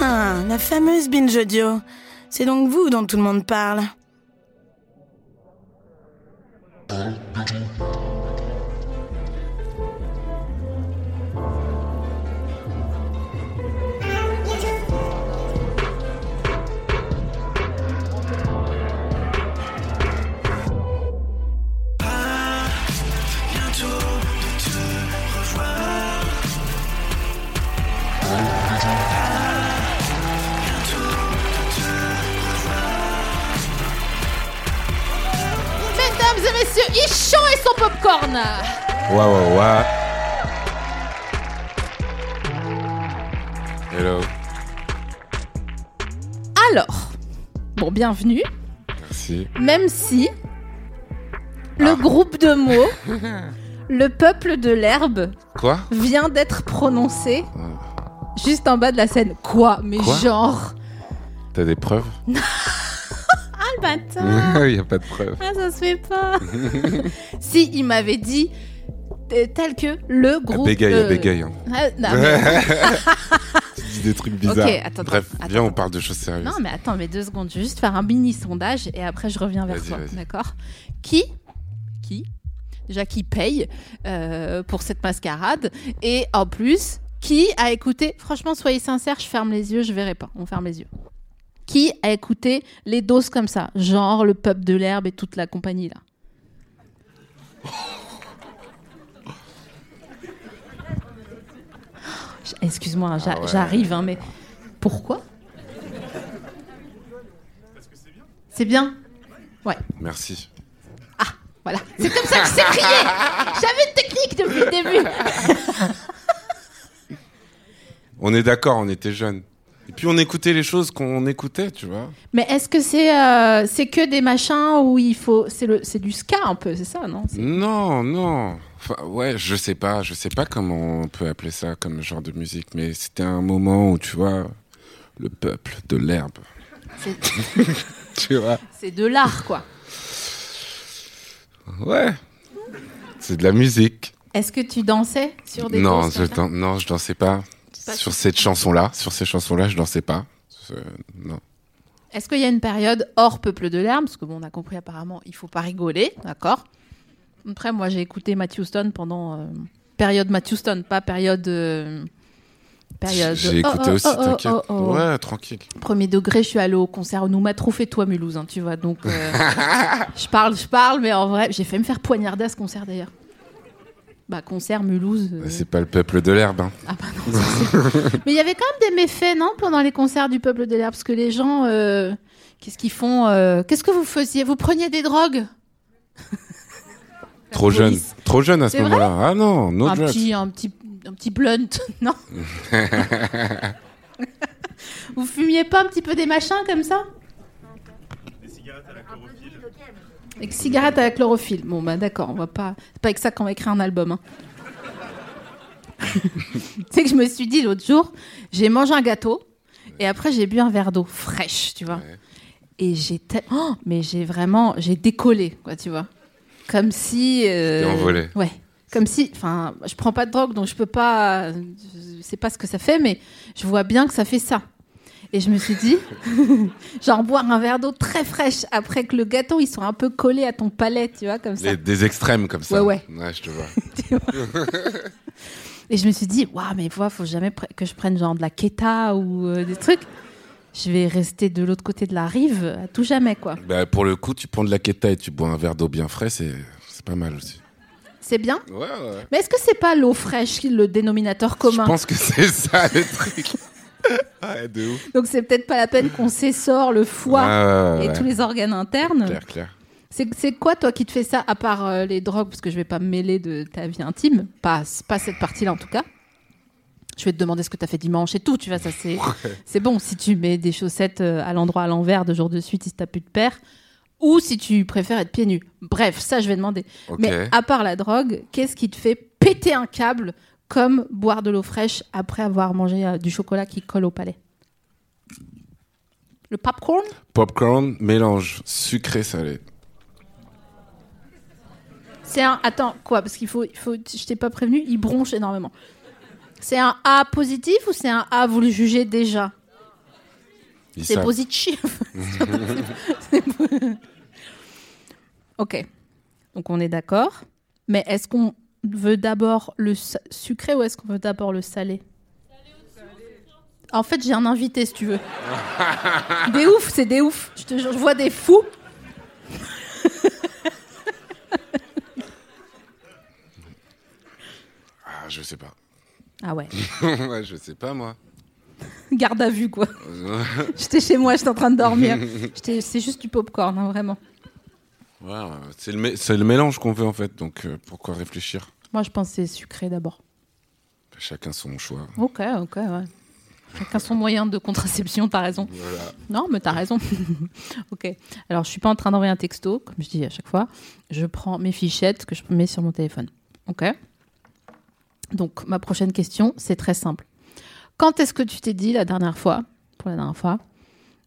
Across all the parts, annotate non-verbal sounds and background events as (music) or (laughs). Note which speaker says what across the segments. Speaker 1: Ah, la fameuse binge audio. C'est donc vous dont tout le monde parle.
Speaker 2: Mesdames et messieurs, il chante et son popcorn.
Speaker 3: Ouais, ouais, ouais. Hello.
Speaker 2: Alors, bon, bienvenue.
Speaker 3: Merci.
Speaker 2: Même si
Speaker 3: Ah.
Speaker 2: le groupe de
Speaker 3: (laughs)
Speaker 2: mots, le peuple de l'herbe,
Speaker 3: Quoi
Speaker 2: vient d'être prononcé juste en bas de la scène. Quoi Mais
Speaker 3: Ah. Quoi
Speaker 2: genre.
Speaker 3: T'as des preuves
Speaker 2: Ah le bâtard
Speaker 3: (laughs) Il y a pas de preuves.
Speaker 2: Ah, ça se fait
Speaker 3: (laughs)
Speaker 2: pas Si, il m'avait dit euh, tel que le
Speaker 3: Ah,
Speaker 2: groupe
Speaker 3: Bégaye,
Speaker 2: de...
Speaker 3: ah, bégaye. hein.
Speaker 2: Ah,
Speaker 3: (laughs)
Speaker 2: non, mais...
Speaker 3: tu dis des trucs bizarres.
Speaker 2: Ok, attends,
Speaker 3: Bref,
Speaker 2: attends,
Speaker 3: viens,
Speaker 2: attends.
Speaker 3: on parle de choses sérieuses.
Speaker 2: non, mais attends, mais deux secondes, je vais juste faire un mini sondage et après je reviens vers
Speaker 3: Vas-y,
Speaker 2: toi,
Speaker 3: vas-y.
Speaker 2: d'accord Qui Qui Déjà, qui paye euh, pour cette mascarade Et en plus, qui a écouté Franchement, soyez sincères, je ferme les yeux, je verrai pas, on ferme les yeux. Qui a écouté les doses comme ça Genre le peuple de l'herbe et toute la compagnie là (gasps) J- Excuse-moi, hein, j'a-
Speaker 3: Ah ouais.
Speaker 2: j'arrive, hein, mais pourquoi C'est bien Ouais,
Speaker 3: Merci.
Speaker 2: voilà. C'est comme ça que c'est crié J'avais une technique depuis le début
Speaker 3: On est d'accord, on était jeunes. Et puis on écoutait les choses qu'on écoutait, tu vois.
Speaker 2: Mais est-ce que c'est euh, c'est que des machins où il faut. C'est le- c'est du ska un peu, c'est ça, non C'est-
Speaker 3: Non, non. Enfin, ouais, je sais pas, je sais pas comment on peut appeler ça comme genre de musique, mais c'était un moment où, tu vois, le peuple de l'herbe,
Speaker 2: c'est-
Speaker 3: (laughs) tu vois.
Speaker 2: C'est de l'art, quoi.
Speaker 3: Ouais. C'est de la musique.
Speaker 2: Est-ce que tu dansais sur des
Speaker 3: Non,
Speaker 2: danses
Speaker 3: je
Speaker 2: comme ça
Speaker 3: dan- non, je dansais pas.
Speaker 2: Pas
Speaker 3: Sur cette chanson-là, sur ces chansons-là, je dansais pas. Euh, non.
Speaker 2: Est-ce qu'il y a une période hors peuple de l'herbe Parce que bon, on a compris apparemment, il faut pas rigoler, d'accord Après, moi, j'ai écouté Matthew Stone pendant euh, période Matthew Stone, pas période. euh, période.
Speaker 3: J'ai
Speaker 2: Oh,
Speaker 3: écouté
Speaker 2: oh,
Speaker 3: aussi,
Speaker 2: oh, oh,
Speaker 3: t'inquiète.
Speaker 2: oh, oh.
Speaker 3: Ouais, tranquille.
Speaker 2: Premier degré, je suis allée au concert au Nouma Trophée, toi, Mulhouse, hein, tu vois. Donc, euh, je parle, je parle, mais en vrai, j'ai fait me faire poignarder à ce concert d'ailleurs. Bah, concert Mulhouse. euh,
Speaker 3: Bah, C'est pas le peuple de l'herbe. hein.
Speaker 2: Ah bah non, ça, c'est- Mais il y avait quand même des méfaits, non, pendant les concerts du Peuple de l'Herbe Parce que les gens, euh, qu'est-ce qu'ils font euh, Qu'est-ce que vous faisiez Vous preniez des drogues
Speaker 3: Trop
Speaker 2: police.
Speaker 3: jeune. Trop jeune à ce
Speaker 2: C'est vrai
Speaker 3: moment-là. Ah non, no
Speaker 2: un,
Speaker 3: drugs.
Speaker 2: petit, un, petit, un petit blunt, (laughs) non Vous fumiez pas un petit peu des machins comme ça Des cigarettes à la chlorophylle. Des cigarettes à la chlorophylle. Bon, bah d'accord, on va pas. C'est pas avec ça qu'on va écrire un album. hein. tu sais que je me suis dit l'autre jour, j'ai mangé un gâteau et après j'ai bu un verre d'eau fraîche, tu vois. Et j'étais. Oh, mais j'ai vraiment. J'ai décollé, quoi, tu vois. Comme si. euh,
Speaker 3: T'es envolé.
Speaker 2: Ouais. Comme si. Enfin, je prends pas de drogue, donc je peux pas. Je sais pas ce que ça fait, mais je vois bien que ça fait ça. Et je me suis dit, (laughs) genre boire un verre d'eau très fraîche après que le gâteau, ils sont un peu collés à ton palais, tu vois, comme ça.
Speaker 3: Les- des extrêmes comme ça.
Speaker 2: Ouais,
Speaker 3: je te vois. (laughs)
Speaker 2: Et je me suis dit, waouh, mais voilà, faut jamais pre- que je prenne genre de la keta ou euh, des trucs. Je vais rester de l'autre côté de la rive à tout jamais, quoi.
Speaker 3: Bah, pour le coup, tu prends de la queta et tu bois un verre d'eau bien frais, c'est c'est pas mal aussi.
Speaker 2: C'est bien.
Speaker 3: Ouais, ouais.
Speaker 2: Mais est-ce que c'est pas l'eau fraîche qui est le dénominateur commun
Speaker 3: Je pense que c'est ça le truc. (laughs) ouais, de ouf.
Speaker 2: Donc c'est peut-être pas la peine qu'on s'essore le foie
Speaker 3: Ouais, ouais, ouais,
Speaker 2: et
Speaker 3: ouais.
Speaker 2: tous les organes internes.
Speaker 3: Clair, clair.
Speaker 2: C'est c'est quoi, toi, qui te fait ça, à part euh, les drogues Parce que je vais pas me mêler de ta vie intime. Pas, pas cette partie-là, en tout cas. Je vais te demander ce que tu as fait dimanche et tout. Tu vois, ça, c'est c'est bon. Si tu mets des chaussettes euh, à l'endroit à l'envers de jour de suite, si t'as plus de paire. Ou si tu préfères être pieds nus. Bref, ça, je vais demander.
Speaker 3: Ok.
Speaker 2: Mais à part la drogue, qu'est-ce qui te fait péter un câble comme boire de l'eau fraîche après avoir mangé euh, du chocolat qui colle au palais Le popcorn
Speaker 3: Popcorn, mélange sucré-salé.
Speaker 2: C'est un. Attends, quoi Parce qu'il faut, il faut. Je t'ai pas prévenu, il bronche énormément. C'est un A positif ou c'est un A, vous le jugez déjà
Speaker 3: Ils
Speaker 2: C'est
Speaker 3: savent.
Speaker 2: positif. C'est pas possible. C'est- ok. Donc on est d'accord. Mais est-ce qu'on veut d'abord le sa- sucré ou est-ce qu'on veut d'abord le salé En fait, j'ai un invité si tu veux. des oufs, c'est des oufs. Je te jure, je vois des fous.
Speaker 3: Ah, je sais pas. (laughs)
Speaker 2: Ah ouais.
Speaker 3: Ouais, je sais pas, moi.
Speaker 2: Garde à vue quoi. J'étais chez moi, j'étais en train de dormir. J'étais- C'est juste du popcorn, hein, vraiment.
Speaker 3: Ouais, c'est le, mé- c'est le mélange qu'on veut, en fait. Donc, euh, pourquoi réfléchir
Speaker 2: Moi, je pense que c'est sucré d'abord.
Speaker 3: Chacun son choix.
Speaker 2: Ok, ok, ouais. Chacun son moyen de contraception, t'as raison. Non, mais t'as raison. (laughs) ok. Alors, je suis pas en train d'envoyer un texto, comme je dis à chaque fois. Je prends mes fichettes que je mets sur mon téléphone. Ok. Donc, ma prochaine question, c'est très simple. Quand est-ce que tu t'es dit la dernière fois, pour la dernière fois,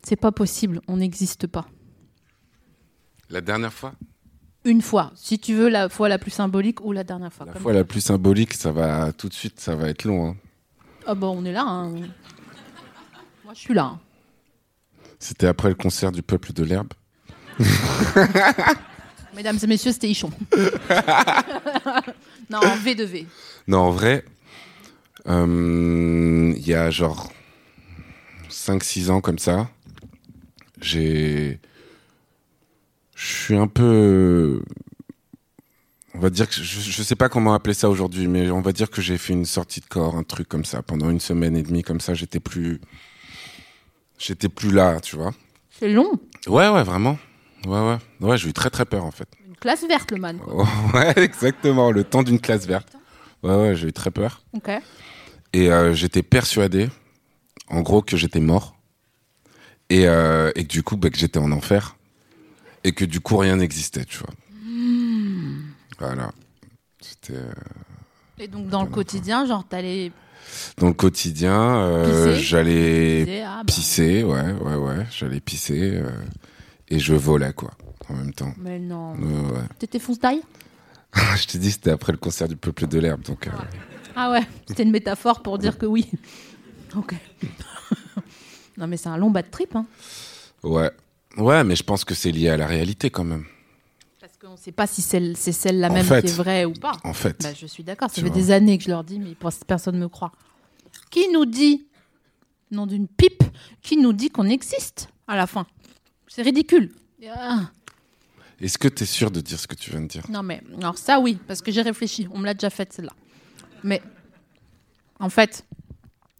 Speaker 2: c'est pas possible, on n'existe pas
Speaker 3: La dernière fois
Speaker 2: Une fois, si tu veux la fois la plus symbolique ou la dernière fois.
Speaker 3: La
Speaker 2: comme
Speaker 3: fois
Speaker 2: tu
Speaker 3: la plus symbolique, ça va tout de suite, ça va être long. hein.
Speaker 2: Ah bah on est là. hein. Moi je suis là. hein.
Speaker 3: C'était après le concert du Peuple de l'Herbe.
Speaker 2: Mesdames et messieurs, c'était Ichon. non, V2V.
Speaker 3: Non, en vrai, euh, il y a genre 5-6 ans comme ça, j'ai. Je suis un peu. On va dire que je, je sais pas comment appeler ça aujourd'hui, mais on va dire que j'ai fait une sortie de corps, un truc comme ça. Pendant une semaine et demie, comme ça, j'étais plus. J'étais plus là, tu vois.
Speaker 2: C'est long.
Speaker 3: Ouais, ouais, vraiment. Ouais, ouais. Ouais, j'ai eu très très peur en fait.
Speaker 2: Une classe verte, le man. quoi.
Speaker 3: (laughs) ouais, exactement. Le temps d'une classe verte. Ouais, ouais, j'ai eu très peur.
Speaker 2: Ok.
Speaker 3: Et euh, j'étais persuadé, en gros, que j'étais mort. Et, euh, et que du coup, bah, que j'étais en enfer. Et que du coup, rien n'existait, tu vois. Voilà. C'était euh,
Speaker 2: Et donc, dans le quotidien, genre, t'allais.
Speaker 3: dans le quotidien. euh,
Speaker 2: Pisser
Speaker 3: J'allais
Speaker 2: disais, ah, bah,
Speaker 3: pisser, ouais, ouais, ouais. J'allais pisser. euh, et je volais, quoi, en même temps.
Speaker 2: Mais non.
Speaker 3: Ouais, ouais. (laughs)
Speaker 2: T'étais fonce taille
Speaker 3: Je t'ai dit, c'était après le concert du Peuple de l'Herbe. Donc, euh,
Speaker 2: Ah
Speaker 3: (laughs)
Speaker 2: ouais, c'était une métaphore pour dire que oui. Ok. (laughs) non, mais c'est un long bad trip. Hein,
Speaker 3: ouais. Ouais, mais je pense que c'est lié à la réalité quand même.
Speaker 2: parce qu'on sait pas si c'est c'est celle-là
Speaker 3: En
Speaker 2: même
Speaker 3: fait-
Speaker 2: qui est vraie ou pas.
Speaker 3: En fait.
Speaker 2: Bah, je suis d'accord, ça
Speaker 3: Tu
Speaker 2: fait
Speaker 3: vois.
Speaker 2: des années que je leur dis, mais pour- personne ne me croit. Qui nous dit, nom d'une pipe, qui nous dit qu'on existe à la fin C'est ridicule. Ah,
Speaker 3: Est-ce que t'es sûr de dire ce que tu viens de dire
Speaker 2: non mais, alors ça oui, parce que j'ai réfléchi, on me l'a déjà faite celle-là. Mais, en fait,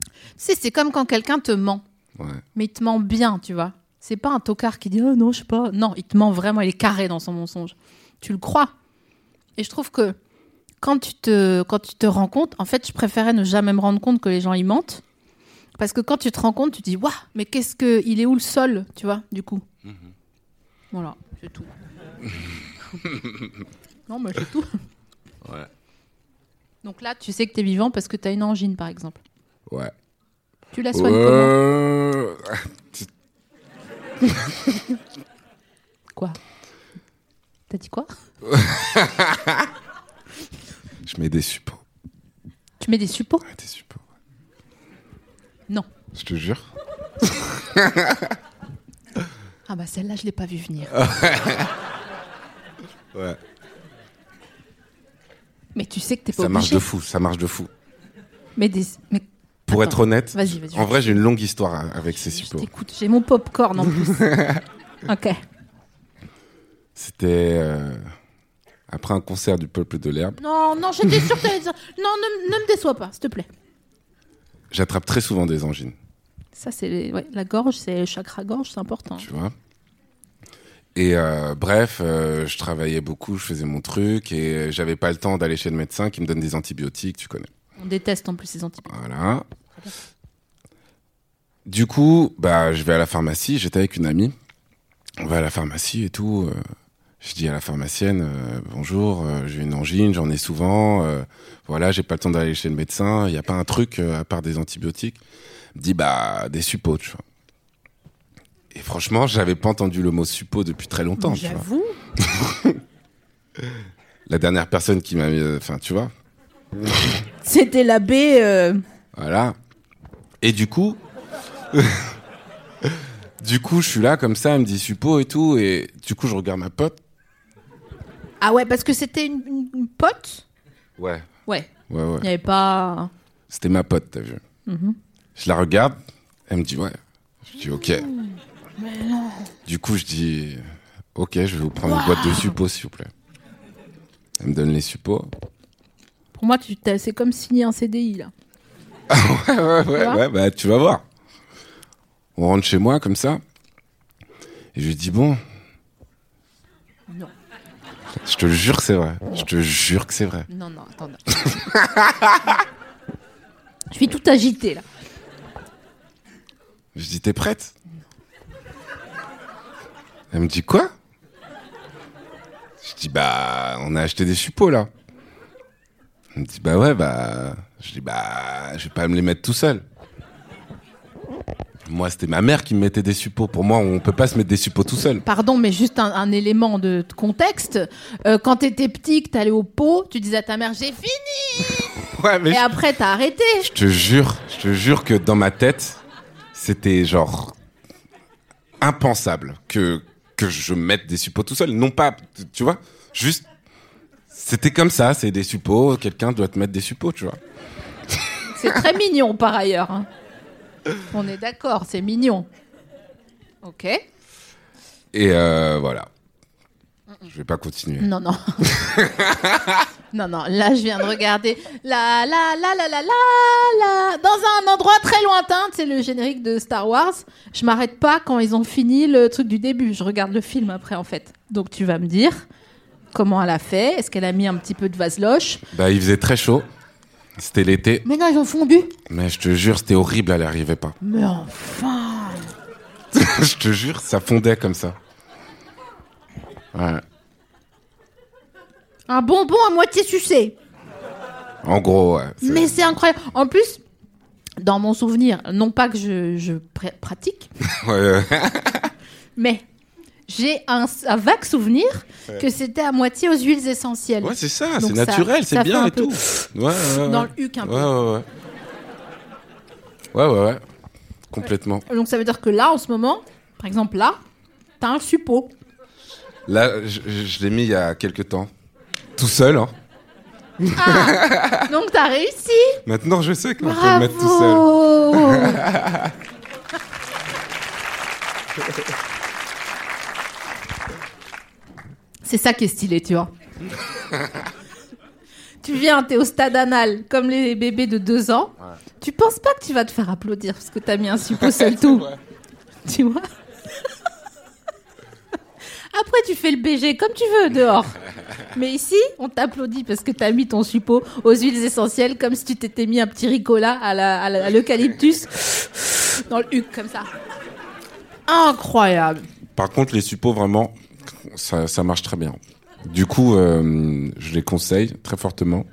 Speaker 2: tu sais, c'est comme quand quelqu'un te ment,
Speaker 3: Ouais.
Speaker 2: mais il te ment bien, tu vois. C'est pas un tocard qui dit, oh non, je sais pas. Non, il te ment vraiment, il est carré dans son mensonge. Tu le crois. Et je trouve que quand tu te, quand tu te rends compte, en fait, je préférais ne jamais me rendre compte que les gens y mentent. Parce que quand tu te rends compte, tu dis, waouh, mais qu'est-ce que. Il est où le sol, tu vois, du coup Voilà, c'est tout. non, mais c'est tout.
Speaker 3: Ouais.
Speaker 2: Donc là, tu sais que t'es vivant parce que t'as une angine, par exemple.
Speaker 3: Ouais.
Speaker 2: Tu la soignes comment Quoi T'as dit quoi
Speaker 3: (laughs) je mets des suppos.
Speaker 2: Tu mets des suppos
Speaker 3: Ouais, des suppos. ouais.
Speaker 2: Non.
Speaker 3: Je te jure.
Speaker 2: Ah bah celle-là, je l'ai pas vue venir.
Speaker 3: Ah. Ouais.
Speaker 2: Mais tu sais que t'es pas
Speaker 3: Ça marche
Speaker 2: obligé.
Speaker 3: de fou. Ça marche de fou.
Speaker 2: Mais des... mais...
Speaker 3: Pour
Speaker 2: Attends,
Speaker 3: être honnête,
Speaker 2: Vas-y, vas-y.
Speaker 3: en vrai, j'ai une longue histoire à- avec ces
Speaker 2: Je
Speaker 3: suppos.
Speaker 2: t'écoute, j'ai mon popcorn en
Speaker 3: (laughs)
Speaker 2: plus. ok.
Speaker 3: C'était euh, après un concert du Peuple de l'Herbe.
Speaker 2: Non, non, j'étais sûre que t'allais dire. Non, ne, ne me déçois pas, s'il te plaît.
Speaker 3: J'attrape très souvent des angines.
Speaker 2: Ça, c'est les- ouais, la gorge, c'est le chakra gorge, c'est important.
Speaker 3: tu vois. Et euh, bref, euh, je travaillais beaucoup, je faisais mon truc et euh, j'avais pas le temps d'aller chez le médecin qui me donne des antibiotiques, tu connais.
Speaker 2: On déteste en plus ces antibiotiques.
Speaker 3: Voilà. Du coup, bah, je vais à la pharmacie. J'étais avec une amie. On va à la pharmacie et tout. euh, Je dis à la pharmacienne euh, bonjour, euh, j'ai une angine, j'en ai souvent. euh, voilà, j'ai pas le temps d'aller chez le médecin. Il n'y a pas un truc euh, à part des antibiotiques. Elle me dit bah des suppos, tu vois. Et franchement, j'avais pas entendu le mot suppos depuis très longtemps. tu vois.
Speaker 2: J'avoue.
Speaker 3: La dernière personne qui m'a mis, euh, enfin, tu vois.
Speaker 2: C'était l'abbé. euh,
Speaker 3: Voilà. Et du coup, (laughs) du coup, je suis là comme ça, elle me dit suppo et tout, et du coup, je regarde ma pote.
Speaker 2: Ah ouais, parce que c'était une, une- une pote
Speaker 3: Ouais.
Speaker 2: Ouais.
Speaker 3: Ouais, ouais.
Speaker 2: Il n'y avait pas.
Speaker 3: C'était ma pote, t'as vu. Je la regarde, elle me dit ouais. Je dis ok. Du coup, je dis ok, je vais vous prendre une boîte de suppo, s'il vous plaît. Elle me donne les suppos.
Speaker 2: Pour moi, tu t'as- c'est comme signer un CDI là.
Speaker 3: ouais, (laughs) ouais, ouais,
Speaker 2: vois
Speaker 3: ouais, bah tu vas voir. On rentre chez moi comme ça. Et je lui dis bon.
Speaker 2: Non.
Speaker 3: Je te le jure que c'est vrai. Je te jure que c'est vrai.
Speaker 2: Non, non, attends. non. Je suis tout agitée là.
Speaker 3: Je dis t'es prête Elle me dit quoi Je dis bah on a acheté des suppos là. Elle me dit bah ouais bah je dis bah je vais pas me les mettre tout seul. Moi c'était ma mère qui me mettait des suppos. Pour moi on peut pas se mettre des suppos tout seul.
Speaker 2: Pardon, mais juste un, un élément de de contexte. Euh, quand t'étais petit, que t'allais au pot, tu disais à ta mère j'ai fini.
Speaker 3: Ouais mais
Speaker 2: Et
Speaker 3: je-
Speaker 2: après t'as arrêté.
Speaker 3: Je te jure, je te jure que dans ma tête, c'était genre impensable que que je mette des suppos tout seul. Non pas, tu vois, juste c'était comme ça, c'est des suppos, quelqu'un doit te mettre des suppos, tu vois.
Speaker 2: C'est très mignon par ailleurs. hein. On est d'accord, c'est mignon. Ok.
Speaker 3: Et euh, voilà. Je vais pas continuer.
Speaker 2: Non, (laughs) non. non, non, là, je viens de regarder. La, la, la, la, la, la, la. Dans un endroit très lointain, c'est le générique de Star Wars. Je m'arrête pas quand ils ont fini le truc du début. Je regarde le film après, en fait. Donc, tu vas me dire comment elle a fait. Est-ce qu'elle a mis un petit peu de vaseloche
Speaker 3: Bah, il faisait très chaud. C'était l'été,
Speaker 2: Mais non, ils ont fondu.
Speaker 3: mais je te jure, c'était horrible, elle arrivait pas.
Speaker 2: Mais enfin.
Speaker 3: (laughs) je te jure, ça fondait comme ça. Ouais.
Speaker 2: Un bonbon à moitié sucé.
Speaker 3: En gros, ouais. c'est-
Speaker 2: Mais c'est incroyable. En plus, dans mon souvenir, non pas que je, je pr- pratique,
Speaker 3: (laughs) ouais, ouais.
Speaker 2: mais j'ai un, un vague souvenir que c'était à moitié aux huiles essentielles.
Speaker 3: Ouais, c'est ça,
Speaker 2: Donc
Speaker 3: c'est naturel,
Speaker 2: ça
Speaker 3: c'est
Speaker 2: fait un
Speaker 3: bien et
Speaker 2: peu
Speaker 3: tout. Ouais, ouais, ouais.
Speaker 2: dans le huc un peu.
Speaker 3: Ouais, ouais, ouais. Ouais, ouais, ouais. Complètement.
Speaker 2: Donc ça veut dire que là, en ce moment, par exemple là, t'as un suppôt.
Speaker 3: Là, je, je- je l'ai mis il y a quelques temps. Tout seul, hein. Ah.
Speaker 2: Donc t'as réussi.
Speaker 3: Maintenant, je sais qu'on peut le mettre tout seul.
Speaker 2: Bravo. (laughs) C'est ça qui est stylé, tu vois. (laughs) tu viens, t'es au stade anal, comme les bébés de deux ans. Tu penses pas que tu vas te faire applaudir parce que t'as mis un suppôt
Speaker 3: (laughs)
Speaker 2: seul tout. Tu vois (laughs) Après, tu fais le BG comme tu veux dehors. Mais ici, on t'applaudit parce que t'as mis ton suppôt aux huiles essentielles comme si tu t'étais mis un petit ricola à la- à la- à l'eucalyptus dans le huc, comme ça. Incroyable.
Speaker 3: Par contre, les suppos, vraiment, ça, ça marche très bien. Du coup, euh, je les conseille très fortement.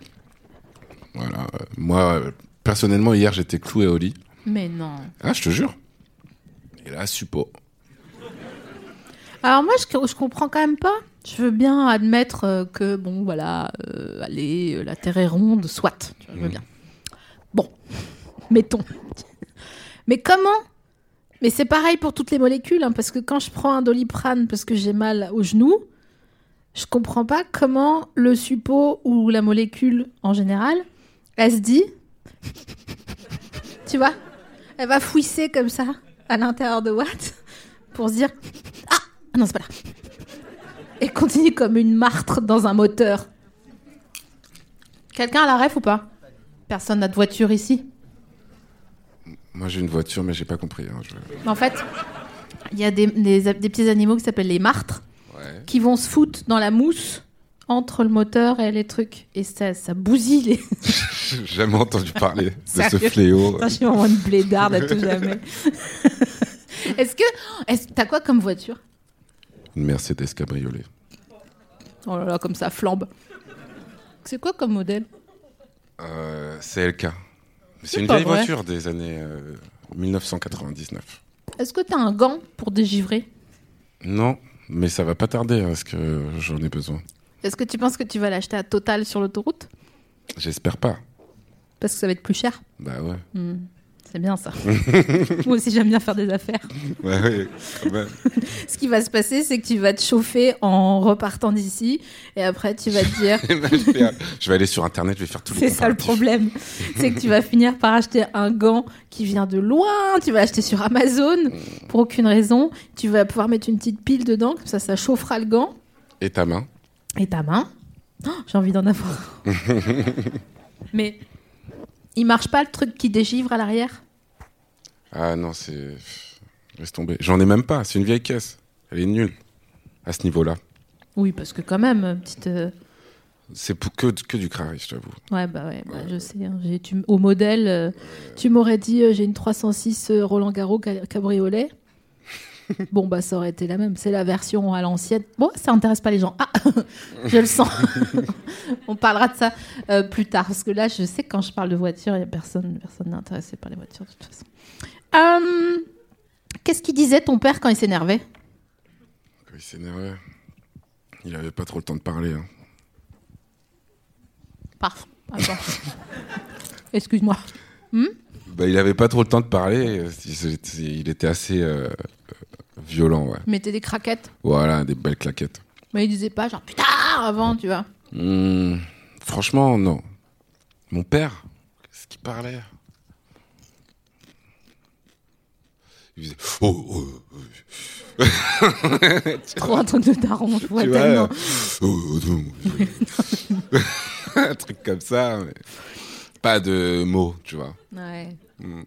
Speaker 3: Voilà. euh, Moi, euh, personnellement, hier, j'étais cloué au lit.
Speaker 2: Mais non.
Speaker 3: Ah, je te jure. Et là, suppo.
Speaker 2: Alors moi, je, je comprends quand même pas. Je veux bien admettre euh, que, bon, voilà, euh, allez, euh, la Terre est ronde, soit. Tu vois, Je veux bien. Bon, (laughs) mettons. Mais comment Mais c'est pareil pour toutes les molécules, hein, parce que quand je prends un doliprane parce que j'ai mal au genou, je comprends pas comment le suppôt ou la molécule en général, elle se dit, (laughs) tu vois, elle va fouisser comme ça à l'intérieur de Watt pour se dire ah non, c'est pas là. Et continue comme une martre dans un moteur. Quelqu'un a la ref ou pas Personne n'a de voiture ici.
Speaker 3: Moi, j'ai une voiture, mais j'ai pas compris. hein, je-
Speaker 2: En fait, il y a des, des- des petits animaux qui s'appellent les martres
Speaker 3: Ouais.
Speaker 2: qui vont se foutre dans la mousse entre le moteur et les trucs. Et ça, ça bousille les.
Speaker 3: J'ai (laughs) jamais entendu parler de ce
Speaker 2: Sérieux
Speaker 3: fléau.
Speaker 2: Putain, je suis vraiment une blédarde à tout jamais. Est-ce que. Est T'as quoi comme voiture
Speaker 3: Une Mercedes cabriolet.
Speaker 2: Oh là là, comme ça flambe. C'est quoi comme modèle
Speaker 3: Euh, c'est LK. C'est une
Speaker 2: pas
Speaker 3: vieille
Speaker 2: vrai.
Speaker 3: voiture des années euh, 1999.
Speaker 2: Est-ce que t'as un gant pour dégivrer
Speaker 3: Non, mais ça va pas tarder à ce que j'en ai besoin.
Speaker 2: Est-ce que tu penses que tu vas l'acheter à Total sur l'autoroute
Speaker 3: J'espère pas.
Speaker 2: Parce que ça va être plus cher.
Speaker 3: Bah (laughs) ouais.
Speaker 2: C'est bien (laughs) ça. Moi aussi, j'aime bien faire des affaires.
Speaker 3: Ouais, ouais, quand même. (laughs)
Speaker 2: Ce qui va se passer, c'est que tu vas te chauffer en repartant d'ici. Et après, tu vas te dire.
Speaker 3: je, vais, Bah, je vais aller sur internet, je vais faire tout
Speaker 2: (laughs) C'est ça le problème. C'est que tu vas finir par acheter un gant qui vient de loin, tu vas l'acheter sur Amazon pour aucune raison, tu vas pouvoir mettre une petite pile dedans, comme ça ça chauffera le gant
Speaker 3: Et ta main
Speaker 2: et ta main. Oh, J'ai envie d'en avoir. (laughs) un. Mais il marche pas le truc qui dégivre à l'arrière
Speaker 3: Ah non, c'est. Laisse tomber. J'en ai même pas, c'est une vieille caisse. Elle est nulle. À ce niveau-là.
Speaker 2: Oui, parce que quand même, petite. euh,
Speaker 3: C'est pour que, que du crari, je t'avoue.
Speaker 2: Ouais, bah ouais, bah, je sais. hein. J'ai- tu m- au modèle, euh, tu m'aurais dit euh, j'ai une 306 euh, Roland Garros ca- cabriolet. bon, bah ça aurait été la même. C'est la version à l'ancienne. Bon, ça intéresse pas les gens. Ah, (laughs) je le sens. On parlera de ça euh, plus tard. Parce que là, je sais que quand je parle de voiture, il y a personne, personne n'est intéressé par les voitures de toute façon. Hum, Qu'est-ce qu'il disait ton père quand il s'énervait
Speaker 3: Il s'énervait. Il avait pas trop le temps de parler. hein.
Speaker 2: Parf. Attends. Excuse-moi.
Speaker 3: Bah, il avait pas trop le temps de parler. euh, Il il était assez euh, euh, violent, ouais.
Speaker 2: Mettez des craquettes.
Speaker 3: Voilà, des belles claquettes.
Speaker 2: Mais il disait pas genre putain avant, tu vois.
Speaker 3: Hmm, franchement, non. Mon père, qu'est-ce qu'il parlait Il faisait oh, oh, oh,
Speaker 2: Trop un truc de daron, je vois
Speaker 3: tu vois,
Speaker 2: tellement.
Speaker 3: oh, oh, oh, oh. (laughs) un truc comme ça, mais pas de mots, tu vois.
Speaker 2: Ouais. Mm.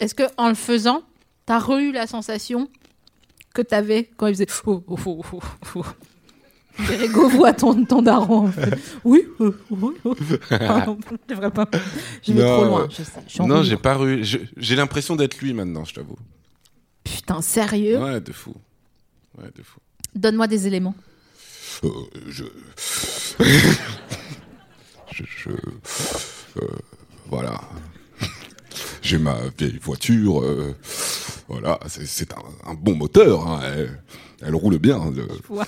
Speaker 2: Est-ce que en le faisant, t'as re-eu la sensation que t'avais quand il faisait oh, oh, oh, oh, oh. Bérégo voit ton, ton daron. en fait. (laughs) Oui, oh, oh, oh. Pardon, je devrais pas. Je vais
Speaker 3: Non,
Speaker 2: trop loin.
Speaker 3: ouais.
Speaker 2: Je sais, je suis en
Speaker 3: Non,
Speaker 2: roue
Speaker 3: j'ai
Speaker 2: libre.
Speaker 3: pas eu. je- J'ai l'impression d'être lui maintenant, je t'avoue.
Speaker 2: Putain, sérieux
Speaker 3: Ouais, de fou. Ouais, de fou.
Speaker 2: Donne-moi des éléments.
Speaker 3: Euh, je... je, je- euh, voilà. J'ai ma vieille voiture. euh, voilà, c'est- c'est un, un bon moteur. hein, elle, elle roule bien. euh.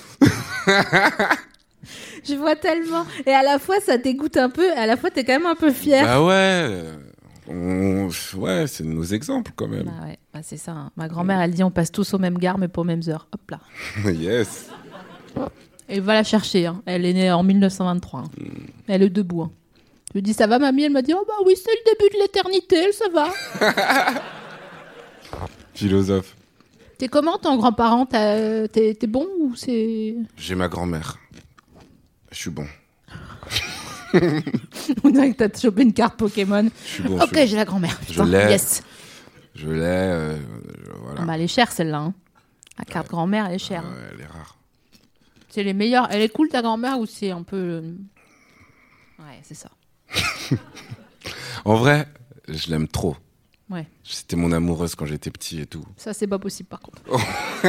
Speaker 2: Je vois tellement. Et à la fois, ça dégoûte un peu. À la fois, t'es quand même un peu fier.
Speaker 3: Bah ouais. on- ouais, c'est nos exemples quand même.
Speaker 2: Bah ouais, bah c'est ça. hein. Ma grand-mère, elle dit on passe tous aux mêmes gares, mais pas aux mêmes heures. Hop là.
Speaker 3: (laughs) yes.
Speaker 2: Et va la chercher. hein. Elle est née en 1923. hein.
Speaker 3: Mm.
Speaker 2: Elle est debout. hein. Je lui dis ça va mamie Elle m'a dit oh bah oui c'est le début de l'éternité, ça
Speaker 3: (laughs)
Speaker 2: va.
Speaker 3: Philosophe.
Speaker 2: T'es comment ton grand-parent T'as- T'es t'es bon ou c'est (laughs)
Speaker 3: J'ai ma grand-mère. Je suis bon.
Speaker 2: On dirait que t'as chopé une carte Pokémon.
Speaker 3: Je suis bon.
Speaker 2: ok
Speaker 3: je,
Speaker 2: j'ai la grand-mère.
Speaker 3: Je
Speaker 2: Putain,
Speaker 3: l'ai.
Speaker 2: Yes.
Speaker 3: je l'ai. euh, je- voilà.
Speaker 2: Ah bah, elle est chère celle-là. hein. La carte grand-mère elle est chère. hein.
Speaker 3: Ouais, elle est rare.
Speaker 2: C'est les meilleurs. Elle est cool ta grand-mère ou c'est un peu euh, Ouais c'est ça.
Speaker 3: En vrai, je l'aime trop.
Speaker 2: Ouais.
Speaker 3: C'était mon amoureuse quand j'étais petit et tout.
Speaker 2: Ça c'est pas possible par contre.
Speaker 3: Oh.
Speaker 2: (laughs)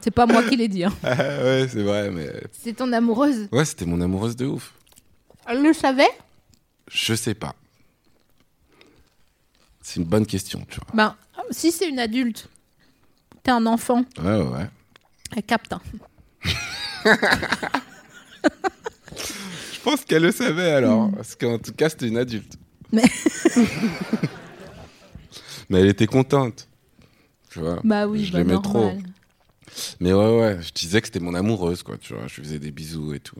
Speaker 2: c'est pas moi qui l'ai dit. hein.
Speaker 3: (laughs) Ah ouais, c'est vrai, mais.
Speaker 2: C'est ton amoureuse.
Speaker 3: Ouais, c'était mon amoureuse de ouf.
Speaker 2: Elle le savait
Speaker 3: Je sais pas. C'est une bonne question, tu vois.
Speaker 2: Ben, si c'est une adulte, t'es un enfant,
Speaker 3: Ouais, ouais, ouais.
Speaker 2: elle capte. hein.
Speaker 3: Je pense qu'elle le savait alors. Parce qu'en tout cas, c'était une adulte.
Speaker 2: Hmm. Mais-
Speaker 3: (laughs) Mais elle était contente. Tu vois.
Speaker 2: Bah oui,
Speaker 3: je
Speaker 2: bah
Speaker 3: l'aimais trop.
Speaker 2: normal.
Speaker 3: Mais ouais, ouais. Je disais que c'était mon amoureuse, quoi. Tu vois, je lui faisais des bisous et tout.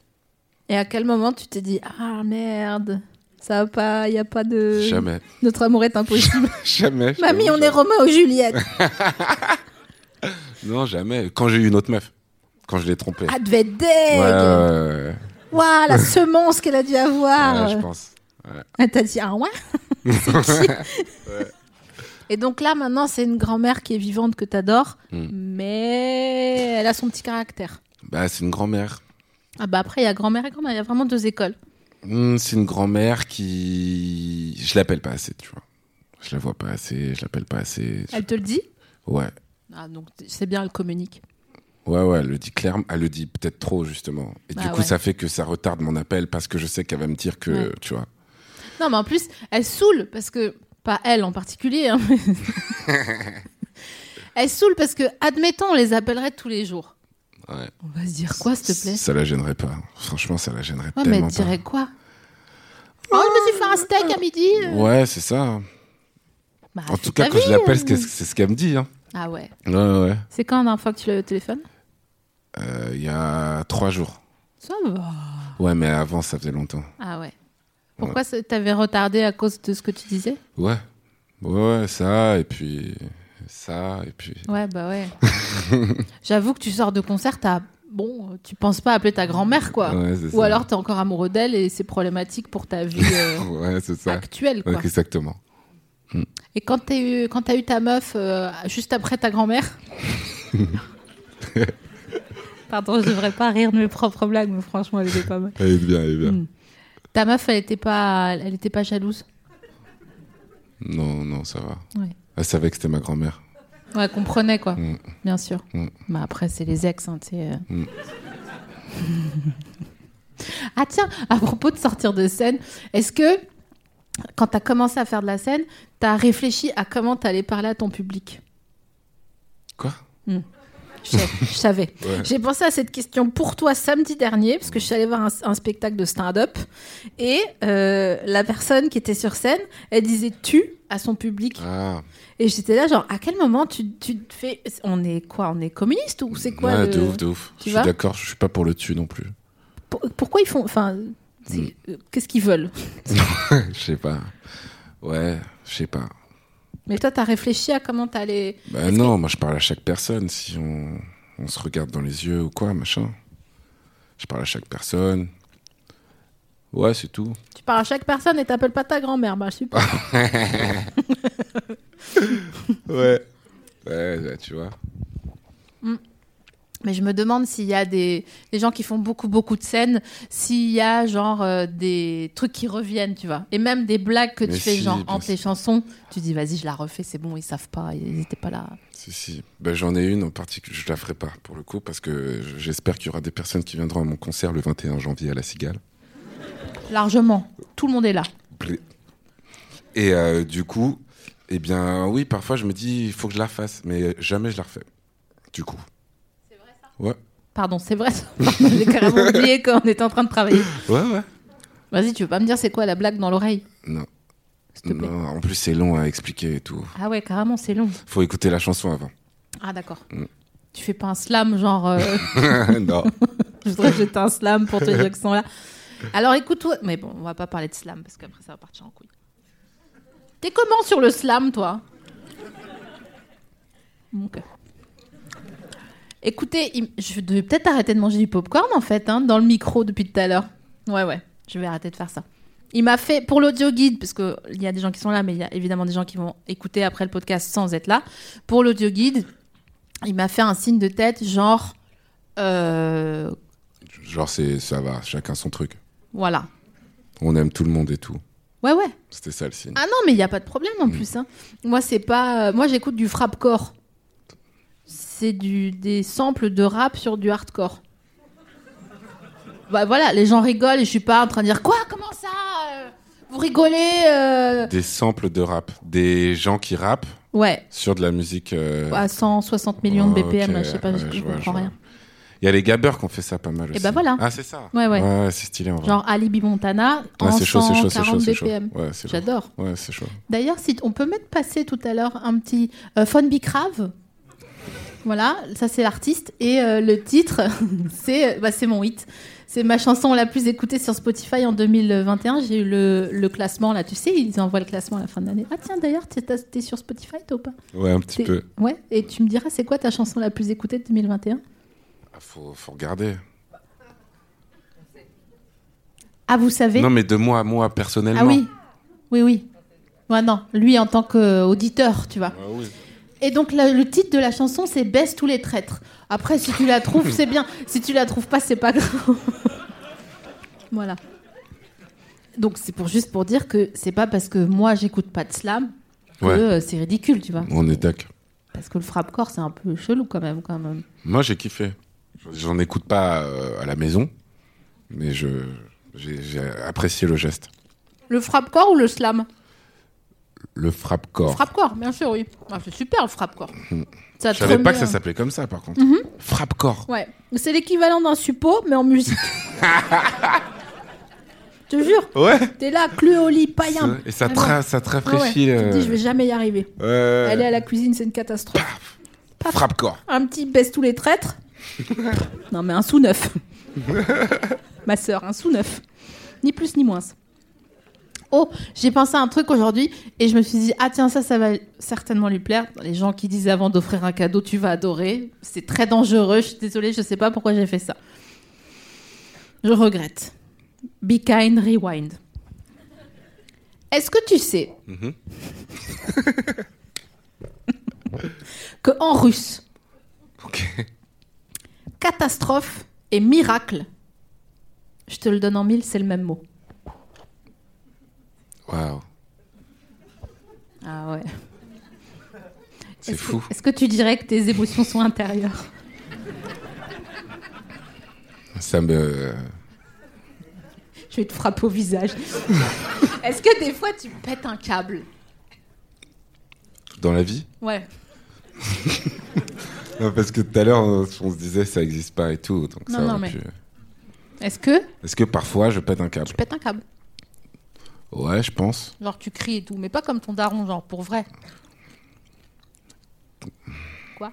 Speaker 2: Et à quel moment tu t'es dit Ah merde, ça va pas, y a pas de.
Speaker 3: Jamais. (laughs)
Speaker 2: Notre amour est impossible.
Speaker 3: Jamais. je
Speaker 2: Euh, Mamie,
Speaker 3: t'avoue,
Speaker 2: on est Romain ou
Speaker 3: (laughs)
Speaker 2: Juliette.
Speaker 3: Non, jamais. Quand j'ai eu une autre meuf. Quand je l'ai trompée.
Speaker 2: Ah, devait être
Speaker 3: Ouais, ouais,
Speaker 2: deg.
Speaker 3: ouais, ouais.
Speaker 2: Waouh, la semence qu'elle a dû Ah, (laughs)
Speaker 3: Ouais,
Speaker 2: avoir.
Speaker 3: je pense.
Speaker 2: Elle t'a dit Ah ouais C'est qui Et donc là, maintenant, c'est une grand-mère qui est vivante que t'adores,
Speaker 3: Hmm.
Speaker 2: mais elle a son petit caractère.
Speaker 3: Bah, c'est une grand-mère.
Speaker 2: Ah bah après, il y a grand-mère et grand-mère, il y a vraiment deux écoles.
Speaker 3: Hmm, c'est une grand-mère qui. Je l'appelle pas assez, tu vois. Je la vois pas assez, je l'appelle pas assez.
Speaker 2: Elle te le dit
Speaker 3: Ouais.
Speaker 2: Ah, donc t- c'est bien, elle communique.
Speaker 3: Ouais, ouais, elle le dit clairement. Elle le dit peut-être trop, justement. Et
Speaker 2: Bah
Speaker 3: du coup,
Speaker 2: ouais.
Speaker 3: ça fait que ça retarde mon appel parce que je sais qu'elle va me dire que,
Speaker 2: Ouais.
Speaker 3: tu vois.
Speaker 2: Non, mais en plus, elle saoule parce que. Pas elle en particulier. hein, mais- (laughs) elle saoule parce que, admettons, on les appellerait tous les jours.
Speaker 3: Ouais.
Speaker 2: On va se dire quoi, s'il te plaît
Speaker 3: Ça la gênerait pas. Franchement, ça la gênerait
Speaker 2: Ouais, mais elle
Speaker 3: tellement
Speaker 2: dirait quoi Oh, je me suis fait un steak à midi
Speaker 3: pas.
Speaker 2: euh.
Speaker 3: Ouais, c'est ça.
Speaker 2: Bah,
Speaker 3: en
Speaker 2: fais
Speaker 3: tout cas,
Speaker 2: ta
Speaker 3: quand je
Speaker 2: vie,
Speaker 3: l'appelle,
Speaker 2: euh.
Speaker 3: c'est c'est ce qu'elle me dit. Hein.
Speaker 2: Ah ouais.
Speaker 3: Ouais, ouais, ouais.
Speaker 2: C'est quand la dernière fois que tu l'as eu au téléphone
Speaker 3: Euh, Il y a trois jours.
Speaker 2: Ça va.
Speaker 3: Ouais, mais avant, ça faisait longtemps.
Speaker 2: Ah ouais. Pourquoi ça- t'avais retardé à cause de ce que tu disais
Speaker 3: Ouais. Ouais, ouais, ça, et puis. Ça, et puis.
Speaker 2: Ouais, bah ouais. (laughs) J'avoue que tu sors de concert, t'as. Bon, tu penses pas appeler ta grand-mère, quoi.
Speaker 3: Ouais, c'est
Speaker 2: Ou
Speaker 3: ça.
Speaker 2: alors t'es encore amoureux d'elle et c'est problématique pour ta vie euh,
Speaker 3: Ouais, (laughs) c'est ça.
Speaker 2: actuelle, quoi.
Speaker 3: Ouais, exactement.
Speaker 2: Et quand t'as eu, quand t'as eu ta meuf euh, juste après ta
Speaker 3: (laughs)
Speaker 2: grand-mère Pardon, je devrais pas rire de mes propres blagues, mais franchement, elle était pas mal.
Speaker 3: Elle est bien, elle est bien.
Speaker 2: Hmm. Ta meuf, elle était pas, elle était pas jalouse
Speaker 3: Non, non, ça va.
Speaker 2: Ouais.
Speaker 3: Elle savait que c'était ma grand-mère.
Speaker 2: Ouais, elle comprenait, quoi. Bien sûr.
Speaker 3: Mm.
Speaker 2: Mais après, c'est les ex, hein, tu sais, euh. (laughs) ah tiens, à propos de sortir de scène, est-ce que, quand t'as commencé à faire de la scène, t'as réfléchi à comment t'allais parler à ton public
Speaker 3: Quoi
Speaker 2: Je
Speaker 3: (laughs)
Speaker 2: sais, je savais. J'ai pensé à cette question pour toi samedi dernier, parce que je suis allée voir un, un spectacle de stand-up. Et euh, la personne qui était sur scène, elle disait tu à son public.
Speaker 3: Ah,
Speaker 2: Et j'étais là, genre, à quel moment tu, tu te fais. On est quoi On est communiste ou c'est quoi
Speaker 3: ouais,
Speaker 2: le-
Speaker 3: de ouf, de ouf.
Speaker 2: Tu
Speaker 3: Je
Speaker 2: vois
Speaker 3: suis d'accord, je suis pas pour le tu non plus. (laughs)
Speaker 2: Pour- Pourquoi ils font. Enfin, c'est-
Speaker 3: Hmm.
Speaker 2: euh, qu'est-ce qu'ils veulent
Speaker 3: Je sais pas. Ouais, je sais pas.
Speaker 2: Mais toi, t'as réfléchi à comment t'allais.
Speaker 3: Bah non, moi je parle à chaque personne si on, on se regarde dans les yeux ou quoi, machin. Je parle à chaque personne. Ouais, c'est tout.
Speaker 2: Tu parles à chaque personne et t'appelles pas ta grand-mère, bah, super.
Speaker 3: Ah. Ouais. Ouais, ouais, tu vois.
Speaker 2: Mais je me demande s'il y a des, des gens qui font beaucoup, beaucoup de scènes, s'il y a genre euh, des trucs qui reviennent, tu vois. Et même des blagues que
Speaker 3: Mais
Speaker 2: tu fais,
Speaker 3: si,
Speaker 2: genre
Speaker 3: bien
Speaker 2: en tes
Speaker 3: sûr.
Speaker 2: chansons, tu dis vas-y, je la refais, c'est bon, ils savent pas, ils étaient pas là.
Speaker 3: Si, si. Bah, J'en ai une en particulier, je la ferai pas pour le coup, parce que j'espère qu'il y aura des personnes qui viendront à mon concert le 21 janvier à La Cigale.
Speaker 2: Largement, tout le monde est là.
Speaker 3: plaît. Et euh, du coup, eh bien, oui, parfois je me dis, il faut que je la fasse, mais jamais je la refais. Du coup. C'est vrai
Speaker 2: Pardon, c'est vrai, (laughs) ça. Pardon, j'ai carrément oublié quand on était en train de travailler.
Speaker 3: ça Ouais. Ouais, ouais.
Speaker 2: Vas-y, tu veux pas me dire c'est quoi la blague dans l'oreille,
Speaker 3: Non.
Speaker 2: s'il te plaît
Speaker 3: Non, en plus, c'est long à expliquer et tout.
Speaker 2: Ah ouais, carrément, c'est long.
Speaker 3: Faut écouter la chanson avant. (laughs)
Speaker 2: Ah d'accord. Tu fais pas un slam, genre. euh,
Speaker 3: non.
Speaker 2: (laughs) Je voudrais jeter un slam pour te dire que sont là. Alors écoute-toi. Mais bon, on va pas parler de slam parce qu'après ça va partir en couille. T'es comment sur le slam, toi Mon cœur. Écoutez, il- je devais peut-être arrêter de manger du popcorn en fait, hein, dans le micro depuis tout à l'heure. Ouais, ouais, je vais arrêter de faire ça. Il m'a fait, pour l'audio guide, parce qu'il y a des gens qui sont là, mais il y a évidemment des gens qui vont écouter après le podcast sans être là. Pour l'audio guide, il m'a fait un signe de tête, genre. euh,
Speaker 3: Genre, c'est, ça va, chacun son truc.
Speaker 2: voilà.
Speaker 3: On aime tout le monde et tout.
Speaker 2: Ouais, ouais.
Speaker 3: C'était ça le signe.
Speaker 2: Ah non, mais il n'y a pas de problème
Speaker 3: Mm.
Speaker 2: en plus. hein. Moi, c'est pas. euh, Moi, j'écoute du frappe corps. C'est du des samples de rap sur du hardcore. Bah voilà, les gens rigolent et je suis pas en train de dire quoi, comment ça, euh, vous rigolez. euh
Speaker 3: Des samples de rap. Des gens qui rappent
Speaker 2: Ouais,
Speaker 3: sur de la musique. euh,
Speaker 2: à 160 Ah, millions de
Speaker 3: ok,
Speaker 2: BPM, là, je sais pas,
Speaker 3: ouais,
Speaker 2: je, je
Speaker 3: vois,
Speaker 2: comprends
Speaker 3: vois.
Speaker 2: rien.
Speaker 3: Il y a les gabbers qui ont fait ça pas mal
Speaker 2: Eh
Speaker 3: aussi.
Speaker 2: ben voilà.
Speaker 3: Ah, c'est ça
Speaker 2: Ouais, ouais.
Speaker 3: c'est stylé en vrai.
Speaker 2: Genre Alibi Montana
Speaker 3: Ouais,
Speaker 2: en
Speaker 3: c'est chaud, c'est chaud, c'est chaud,
Speaker 2: 140
Speaker 3: c'est chaud.
Speaker 2: BPM.
Speaker 3: Ouais, c'est lourd.
Speaker 2: J'adore.
Speaker 3: Ouais, c'est chaud.
Speaker 2: D'ailleurs, si on peut mettre passer tout à l'heure un petit euh, Fon Bicrave. Voilà, ça c'est l'artiste et euh, le titre, (laughs) c'est euh, bah, c'est mon hit. C'est ma chanson la plus écoutée sur Spotify en 2021. J'ai eu le, le classement là, tu sais, ils envoient le classement à la fin de l'année. Ah tiens, d'ailleurs, t'es t'as- t'es sur Spotify toi ou pas
Speaker 3: Ouais, un petit
Speaker 2: T'es-
Speaker 3: peu.
Speaker 2: Ouais, et tu me diras c'est quoi ta chanson la plus écoutée de 2021
Speaker 3: Ah, Faut, faut regarder.
Speaker 2: Ah, vous savez
Speaker 3: Non, mais de moi à moi personnellement.
Speaker 2: Ah oui, oui, oui. Ouais, non, lui en tant qu'auditeur, tu
Speaker 3: Ah
Speaker 2: vois. Et donc la- le titre de la chanson c'est Baisse tous les traîtres. Après si tu la trouves c'est bien, si tu la trouves pas c'est pas grave. (laughs) voilà. Donc c'est pour juste pour dire que c'est pas parce que moi j'écoute pas de slam que
Speaker 3: Ouais.
Speaker 2: euh, c'est ridicule, tu vois.
Speaker 3: On est tac.
Speaker 2: Parce que le frappe corps c'est un peu chelou quand même quand même.
Speaker 3: Moi, j'ai kiffé. J'en écoute pas euh, à la maison, mais je j'ai j'ai apprécié le geste.
Speaker 2: Le frappe corps ou le slam
Speaker 3: Le frappe corps.
Speaker 2: Frappe corps, bien sûr oui. Ah, c'est super le frappe corps.
Speaker 3: Je savais pas que ça s'appelait comme ça, par contre.
Speaker 2: Mhm.
Speaker 3: Frappe corps.
Speaker 2: Ouais, c'est l'équivalent d'un suppôt mais en
Speaker 3: (laughs)
Speaker 2: musique. Je te jure.
Speaker 3: Ouais.
Speaker 2: T'es là, clu au lit, païen.
Speaker 3: Et ça te,
Speaker 2: Vraiment.
Speaker 3: ra- ça te rafraîchit.
Speaker 2: Ah ouais, Tu te
Speaker 3: euh,
Speaker 2: dis, je vais jamais y arriver.
Speaker 3: euh,
Speaker 2: Aller à la cuisine, c'est une catastrophe. Paf.
Speaker 3: Frappe corps.
Speaker 2: Un petit baisse tous les traîtres. non, mais un sous-neuf. Ma sœur, un sous-neuf. Ni plus ni moins. Oh, j'ai pensé à un truc aujourd'hui et je me suis dit, ah tiens, ça, ça va certainement lui plaire. Les gens qui disent avant d'offrir un cadeau, tu vas adorer. C'est très dangereux. Je suis désolée, je sais pas pourquoi j'ai fait ça. Je regrette. Be kind, rewind. Est-ce que tu sais (laughs) que en russe,
Speaker 3: Ok. (laughs)
Speaker 2: catastrophe et miracle, je te le donne en mille, c'est le même mot.
Speaker 3: Waouh.
Speaker 2: Ah ouais.
Speaker 3: C'est
Speaker 2: Est-ce que-
Speaker 3: fou.
Speaker 2: Est-ce que tu dirais que tes émotions sont intérieures
Speaker 3: Ça me.
Speaker 2: (laughs) Je vais te frapper au visage. (laughs) Est-ce que des fois tu pètes un câble
Speaker 3: Dans la vie
Speaker 2: Ouais.
Speaker 3: Non, Parce que tout à l'heure, on on se disait ça existe pas et tout. Donc
Speaker 2: Non,
Speaker 3: ça
Speaker 2: non,
Speaker 3: aurait
Speaker 2: mais-
Speaker 3: pu-
Speaker 2: Est-ce que
Speaker 3: Est-ce que parfois je pète un câble
Speaker 2: tu pètes un câble
Speaker 3: Ouais, je pense.
Speaker 2: Genre tu cries et tout, mais pas comme ton daron, genre pour vrai. Quoi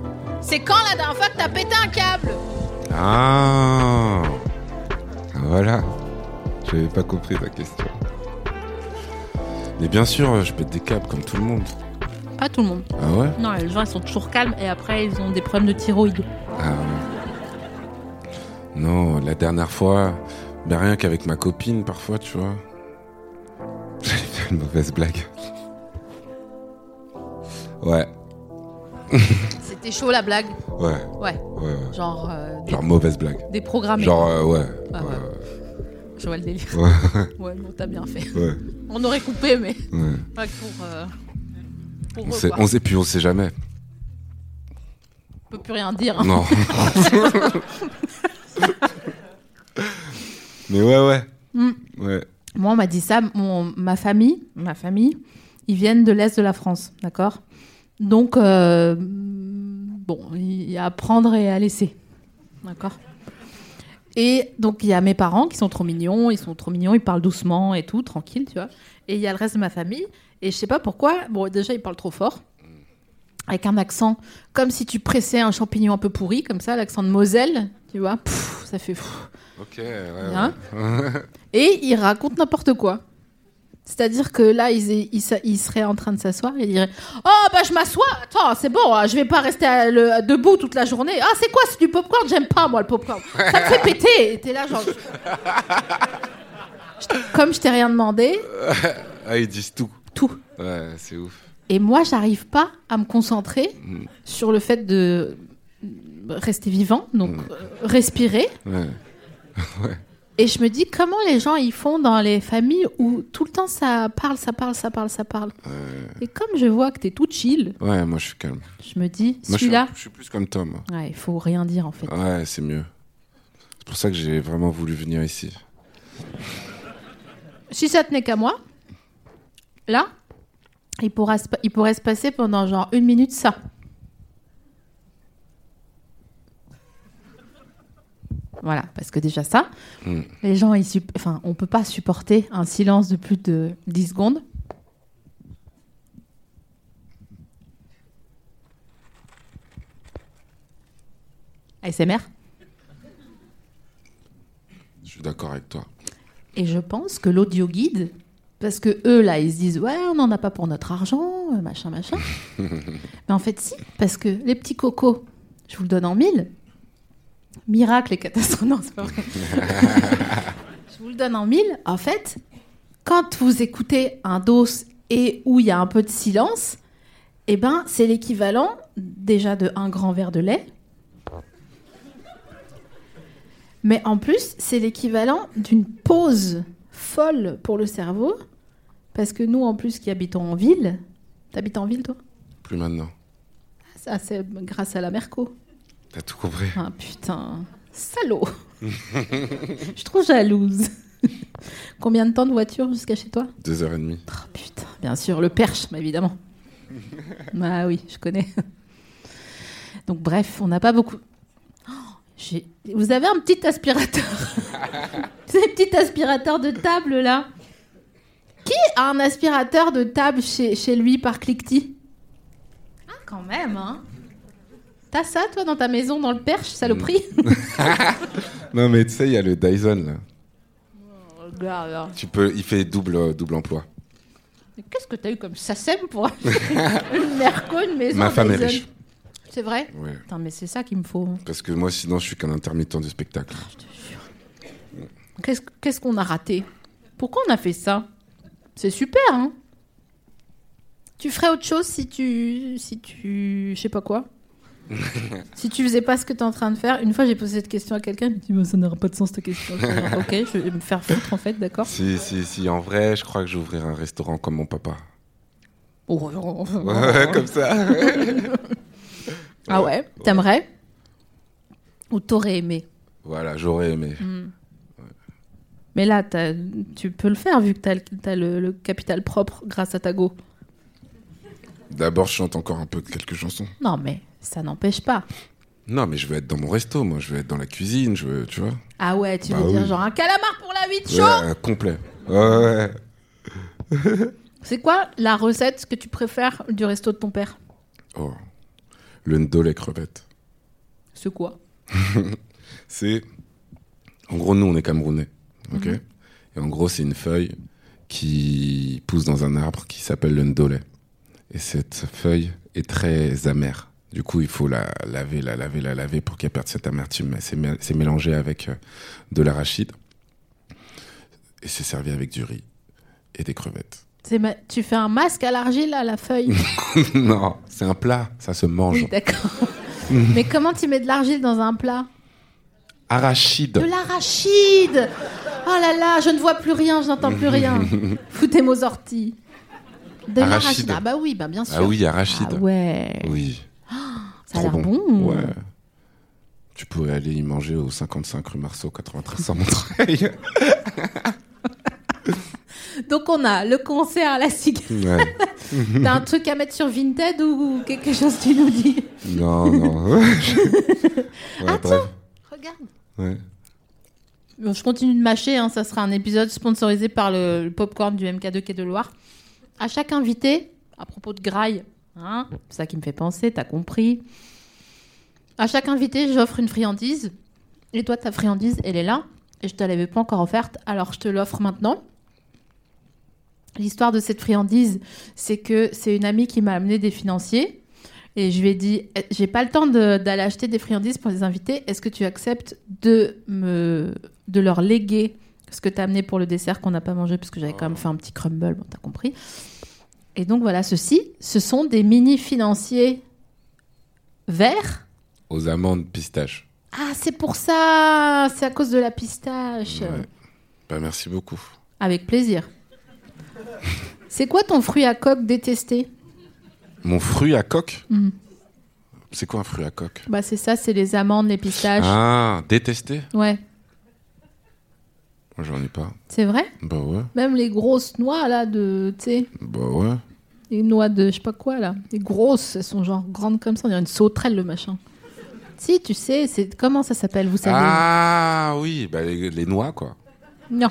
Speaker 2: c'est quand la dernière fois que t'as pété un câble
Speaker 3: Ah Voilà. J'avais pas compris ta question. Mais bien sûr, je pète des câbles comme tout le monde.
Speaker 2: Pas tout le monde.
Speaker 3: Ah ouais
Speaker 2: Non, les gens ils sont toujours calmes et après ils ont des problèmes de thyroïde.
Speaker 3: Ah. Non, la dernière fois, mais rien qu'avec ma copine parfois, tu vois. (laughs) J'ai fait une mauvaise blague. Ouais,
Speaker 2: C'était chaud la blague.
Speaker 3: ouais,
Speaker 2: Ouais.
Speaker 3: ouais. ouais.
Speaker 2: Genre euh, des,
Speaker 3: Genre mauvaise blague.
Speaker 2: des programmés.
Speaker 3: Genre, euh, ouais.
Speaker 2: Ah
Speaker 3: ouais,
Speaker 2: Je vois le délire. (laughs) Ouais, non, t'as bien fait.
Speaker 3: ouais,
Speaker 2: On aurait coupé, mais
Speaker 3: ouais.
Speaker 2: pas que pour. euh, pour
Speaker 3: On
Speaker 2: eux,
Speaker 3: sait,
Speaker 2: quoi.
Speaker 3: on sait, puis on sait jamais.
Speaker 2: On peut plus rien dire. hein. (laughs)
Speaker 3: Non. Mais ouais, ouais.
Speaker 2: Hmm.
Speaker 3: Ouais.
Speaker 2: Moi, on m'a dit ça. mon- ma famille, ma famille, ils viennent de l'est de la France, d'accord. Donc, euh, bon, il y a à prendre et à laisser, d'accord. Et donc, il y a mes parents qui sont trop mignons, ils sont trop mignons, ils parlent doucement et tout, tranquille, tu vois. Et il y a le reste de ma famille. Et je sais pas pourquoi. Bon, déjà, ils parlent trop fort, avec un accent comme si tu pressais un champignon un peu pourri, comme ça, l'accent de Moselle, tu vois. Pfff, ça fait. pfff.
Speaker 3: Ok, ouais. Ah ouais.
Speaker 2: Hein et ils racontent n'importe quoi. C'est-à-dire que là, ils, ils, ils seraient en train de s'asseoir et ils diraient Oh, bah je m'assois, attends, c'est bon, hein, je vais pas rester à le- à- debout toute la journée. Ah, c'est quoi, c'est du popcorn J'aime pas, moi, le popcorn. Ça me fait péter. Et t'es là, genre. Je- Comme je t'ai rien demandé,
Speaker 3: Ah, ils disent tout.
Speaker 2: tout.
Speaker 3: Ouais, c'est ouf.
Speaker 2: Et moi, j'arrive pas à me concentrer sur le fait de rester vivant, donc euh, respirer.
Speaker 3: Ouais.
Speaker 2: Et je me dis comment les gens ils font dans les familles où tout le temps ça parle, ça parle, ça parle, ça parle.
Speaker 3: Euh.
Speaker 2: Et comme je vois que t'es tout chill,
Speaker 3: Ouais, moi je suis calme.
Speaker 2: je me dis
Speaker 3: Moi, je, suis,
Speaker 2: celui-là,
Speaker 3: je suis plus comme toi, moi.
Speaker 2: ouais, il faut rien dire en fait.
Speaker 3: Ouais, c'est mieux. C'est pour ça que j'ai vraiment voulu venir ici.
Speaker 2: Si ça tenait qu'à moi, là, il, pourra se pa- il pourrait se passer pendant genre une minute ça. Voilà, parce que déjà ça, les gens, ils sup- enfin, on peut pas supporter un silence de plus de 10 secondes. ASMR
Speaker 3: Je suis d'accord avec toi.
Speaker 2: Et je pense que l'audio guide, parce que eux, là, ils se disent Ouais, on n'en a pas pour notre argent, euh, machin, machin. Mais en fait, si, parce que les petits cocos, je vous le donne en mille. Miracle et catastrophe. Non, c'est pas vrai. je vous le donne en mille. En fait, quand vous écoutez un dos et où il y a un peu de silence, eh ben, c'est l'équivalent déjà de un grand verre de lait. Mais en plus, c'est l'équivalent d'une pause folle pour le cerveau. Parce que nous, en plus, qui habitons en ville, t'habites en ville, toi
Speaker 3: Plus maintenant.
Speaker 2: Ah, c'est grâce à la Merco.
Speaker 3: T'as tout compris.
Speaker 2: Ah putain, salaud Je suis trop jalouse. (laughs) Combien de temps de voiture jusqu'à chez toi
Speaker 3: Deux heures et demie.
Speaker 2: Oh, putain, bien sûr, le perche, mais évidemment. ah oui, je connais. Donc bref, on n'a pas beaucoup. Oh, j'ai- Vous avez un petit aspirateur. Ces petits aspirateurs de table là. Qui a un aspirateur de table chez, chez lui par cliquetis Ah quand même, hein. T'as ça toi dans ta maison dans le perche,
Speaker 3: (laughs)
Speaker 2: saloperie
Speaker 3: Non, mais tu sais, il y a le Dyson, là.
Speaker 2: Regarde,
Speaker 3: Tu peux, il fait double, euh, double emploi.
Speaker 2: Mais Qu'est-ce que t'as eu comme sasem pour une merco, une maison
Speaker 3: Ma femme est
Speaker 2: Dyson
Speaker 3: riche.
Speaker 2: C'est vrai
Speaker 3: Ouais.
Speaker 2: Putain, mais c'est ça qu'il me faut.
Speaker 3: Parce que moi, sinon, je suis qu'un intermittent du spectacle.
Speaker 2: Qu'est-ce qu'est-ce qu'on a raté Pourquoi on a fait ça C'est super, hein Tu ferais autre chose si tu... Si tu... Je sais pas
Speaker 3: (laughs)
Speaker 2: quoi. si tu faisais pas ce que t'es en train de faire. Une fois, j'ai posé cette question à quelqu'un, il m'a dit, Bah, ça n'aura pas de sens, ta
Speaker 3: (laughs)
Speaker 2: question. Je fais, ok, je vais me faire foutre, en fait, d'accord
Speaker 3: Si, si, si, en vrai, je crois que j'ouvrirai un restaurant comme mon papa.
Speaker 2: Oh, oh, oh, oh.
Speaker 3: Ouais, comme ça.
Speaker 2: Ah ouais T'aimerais Ou t'aurais aimé
Speaker 3: (laughs) Voilà, j'aurais aimé.
Speaker 2: Mais là, t'as- tu peux le faire, vu que t'as le, t'as le- le capital propre grâce à ta go.
Speaker 3: D'abord, je chante encore un peu de quelques chansons.
Speaker 2: Non, mais ça n'empêche pas.
Speaker 3: Non, mais je veux être dans mon resto, moi. Je veux être dans la cuisine, je veux, tu vois.
Speaker 2: Ah ouais, tu
Speaker 3: Bah
Speaker 2: veux dire
Speaker 3: oui.
Speaker 2: genre un calamar pour la huit chaud
Speaker 3: Ouais, complet. Ouais, ouais.
Speaker 2: C'est quoi la recette que tu préfères du resto de ton père
Speaker 3: Oh. Le ndolé les crevettes.
Speaker 2: C'est quoi
Speaker 3: C'est. En gros, nous, on est Camerounais. OK
Speaker 2: Mhm.
Speaker 3: Et en gros, c'est une feuille qui pousse dans un arbre qui s'appelle le ndolé. Et cette feuille est très amère. Du coup, il faut la laver, la laver, la laver pour qu'elle perde cette amertume. C'est mé- C'est mélangé avec euh, de l'arachide. Et c'est servi avec du riz et des crevettes. (laughs)
Speaker 2: C'est ma- Tu fais un masque à l'argile à la feuille.
Speaker 3: non, c'est un plat, ça se mange.
Speaker 2: (laughs) oui,
Speaker 3: (laughs)
Speaker 2: d'accord. Mais comment tu mets de l'argile dans un plat
Speaker 3: Arachide.
Speaker 2: De l'arachide Oh là là, je ne vois plus rien, je n'entends plus rien.
Speaker 3: (laughs)
Speaker 2: Foutez-moi aux orties. De
Speaker 3: Arachide.
Speaker 2: l'arachide. Ah bah oui, bah bien sûr.
Speaker 3: Ah oui, arachide.
Speaker 2: Ah ouais.
Speaker 3: Oui.
Speaker 2: (gasps) Ça a
Speaker 3: Trop
Speaker 2: l'air bon.
Speaker 3: Ouais. Tu pourrais aller y manger au 55 rue Marceau, 93 à Montreuil.
Speaker 2: Donc on a le concert à la cigarette.
Speaker 3: Ouais.
Speaker 2: T'as un truc à mettre sur Vinted ou quelque chose tu nous dis (laughs)
Speaker 3: Non, non. Ouais, bref.
Speaker 2: Regarde.
Speaker 3: Ouais.
Speaker 2: Bon, je continue de mâcher, hein, ça sera un épisode sponsorisé par le, le popcorn du MK2 Quai de Loire. À chaque invité, à propos de graille, hein, c'est ça qui me fait penser, t'as compris. À chaque invité, j'offre une friandise. Et toi, ta friandise, elle est là. Et je te l'avais pas encore offerte, alors je te l'offre maintenant. L'histoire de cette friandise, c'est que c'est une amie qui m'a amené des financiers. Et je lui ai dit, Eh, j'ai pas le temps de- d'aller acheter des friandises pour les invités. Est-ce que tu acceptes de me, de leur léguer ce que t'as amené pour le dessert qu'on n'a pas mangé parce que j'avais quand même fait un petit crumble, bon, t'as compris. Et donc voilà, ceci, ce sont des mini financiers verts
Speaker 3: Aux amandes pistache.
Speaker 2: Ah, c'est pour ça C'est à cause de la pistache.
Speaker 3: Bah, merci beaucoup.
Speaker 2: Avec plaisir. c'est quoi ton fruit à coque détesté
Speaker 3: Mon fruit à coque
Speaker 2: Mm.
Speaker 3: C'est quoi un fruit à coque
Speaker 2: Bah, c'est ça, c'est les amandes, les pistaches.
Speaker 3: Ah, détesté
Speaker 2: Ouais,
Speaker 3: Moi, j'en ai pas.
Speaker 2: c'est vrai
Speaker 3: Bah ouais.
Speaker 2: Même les grosses noix, là, de. Tu sais,
Speaker 3: Bah ouais.
Speaker 2: les noix de je sais pas quoi, là. Les grosses, elles sont genre grandes comme ça, on dirait une sauterelle, le machin. Si, tu sais, c'est. Comment ça s'appelle, vous savez
Speaker 3: Ah oui, bah, les, les noix, quoi.
Speaker 2: Non.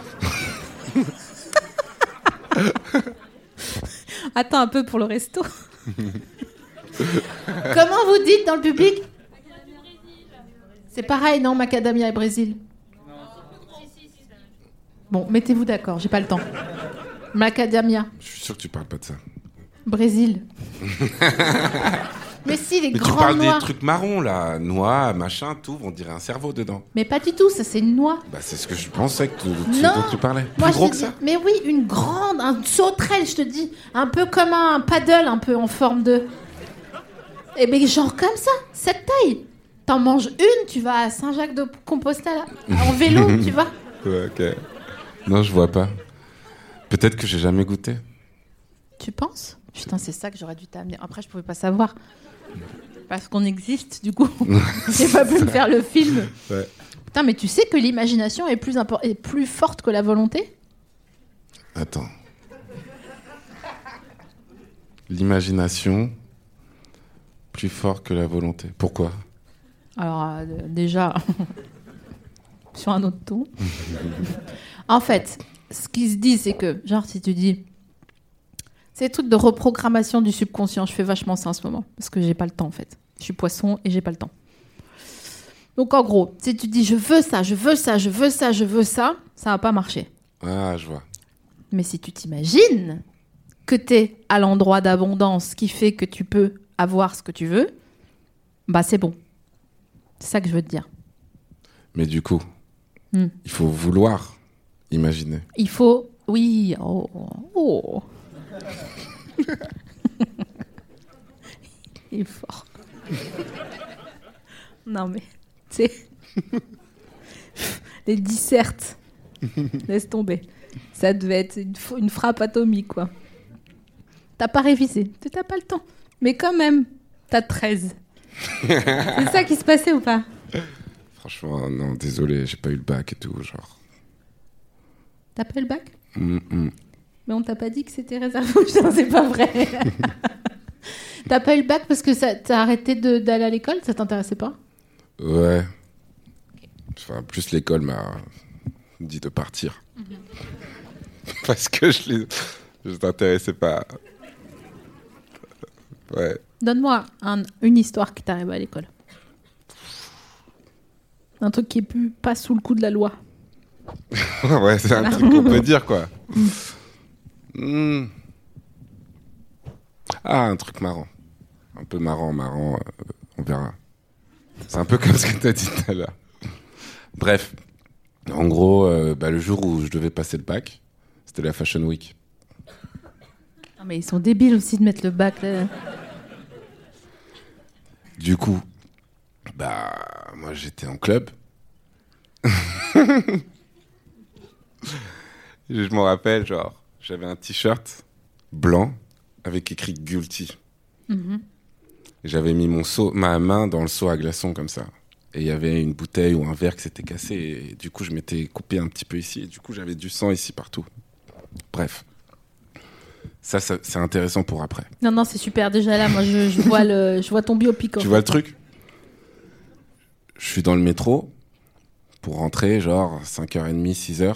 Speaker 2: (laughs) Attends un peu pour le resto. (laughs) Comment vous dites dans le public C'est pareil, non, macadamia et Brésil. Bon, mettez-vous d'accord, j'ai pas le temps. Macadamia,
Speaker 3: Je suis sûr que tu parles pas de ça. (laughs)
Speaker 2: Brésil. Mais si, les
Speaker 3: Mais tu
Speaker 2: grands
Speaker 3: parles
Speaker 2: noix.
Speaker 3: des trucs marrons, là. Noix, machin, tout. On dirait un cerveau dedans.
Speaker 2: Mais pas du tout, ça c'est une noix.
Speaker 3: Bah, c'est ce que je pensais que tu, ce
Speaker 2: Non.
Speaker 3: dont tu parlais.
Speaker 2: Moi,
Speaker 3: Plus
Speaker 2: je
Speaker 3: gros
Speaker 2: te
Speaker 3: que
Speaker 2: dis-
Speaker 3: ça
Speaker 2: Mais oui, une grande, un sauterelle, je te dis, un peu comme un paddle, un peu en forme de. Et ben genre comme ça, cette taille. T'en manges une, tu vas à Saint-Jacques-de-Compostelle en
Speaker 3: (laughs)
Speaker 2: vélo, tu vas.
Speaker 3: Ouais, ok. Non, je vois pas. Peut-être que j'ai jamais goûté.
Speaker 2: Tu penses Putain, c'est ça que j'aurais dû t'amener. Après, je pouvais pas savoir. Parce qu'on existe, du coup. J'ai pas pu me faire le film.
Speaker 3: Ouais.
Speaker 2: Putain, mais tu sais que l'imagination est plus, impor- est plus forte que la volonté
Speaker 3: Attends. L'imagination, plus fort que la volonté. Pourquoi
Speaker 2: Alors euh, déjà, (laughs) sur un autre ton. en fait, ce qui se dit, c'est que, genre, si tu dis, c'est des trucs de reprogrammation du subconscient. Je fais vachement ça en ce moment parce que j'ai pas le temps en fait. Je suis poisson et j'ai pas le temps. Donc en gros, si tu dis je veux ça, je veux ça, je veux ça, je veux ça, ça va pas marcher.
Speaker 3: Ah, je vois.
Speaker 2: Mais si tu t'imagines que tu es à l'endroit d'abondance qui fait que tu peux avoir ce que tu veux, bah c'est bon. C'est ça que je veux te dire.
Speaker 3: Mais du coup,
Speaker 2: Hmm.
Speaker 3: il faut vouloir imaginer.
Speaker 2: Il faut. Oui. Oh. oh. (laughs) Il est fort. Non, mais. Tu sais. Les dissertes. Laisse tomber. Ça devait être une, fo- une frappe atomique, quoi. T'as pas révisé. Tu T'as pas le temps. Mais quand même, t'as 13. C'est ça qui se passait ou pas
Speaker 3: Franchement, non, désolé, j'ai pas eu le bac et tout, genre.
Speaker 2: T'as pas eu le bac
Speaker 3: Mm, mm.
Speaker 2: Mais on t'a pas dit que c'était réservé aux chiens, c'est pas vrai. (laughs) T'as pas eu le bac parce que ça- t'as arrêté de- d'aller à l'école, ça t'intéressait pas
Speaker 3: Ouais. Enfin, plus l'école m'a dit de partir. (laughs) Parce que je les... je t'intéressais pas. Ouais. (laughs)
Speaker 2: Donne-moi un- une histoire qui t'arrive à l'école. Un truc qui est plus pas sous le coup de la loi.
Speaker 3: ouais, c'est un truc qu'on peut dire, quoi. Hmm. Ah, un truc marrant. Un peu marrant, marrant, euh, on verra. C'est un peu comme ce que t'as dit tout à l'heure. Bref, en gros, euh, bah, le jour où je devais passer le bac, c'était la Fashion Week.
Speaker 2: Non, mais ils sont débiles aussi de mettre le bac là.
Speaker 3: Du coup, bah, moi j'étais en club. (laughs) je m'en rappelle, genre, j'avais un t-shirt blanc avec écrit Guilty. Et J'avais mis mon seau, ma main dans le seau à glaçons comme ça. Et il y avait une bouteille ou un verre qui s'était cassé. Et du coup, je m'étais coupé un petit peu ici. Et du coup, j'avais du sang ici partout. Bref. Ça, ça c'est intéressant pour après.
Speaker 2: Non, non, c'est super déjà là. Moi, je, je vois, le, je vois ton biopic. en
Speaker 3: Tu
Speaker 2: fait.
Speaker 3: vois le truc Je suis dans le métro pour rentrer, genre 5h30, 6h.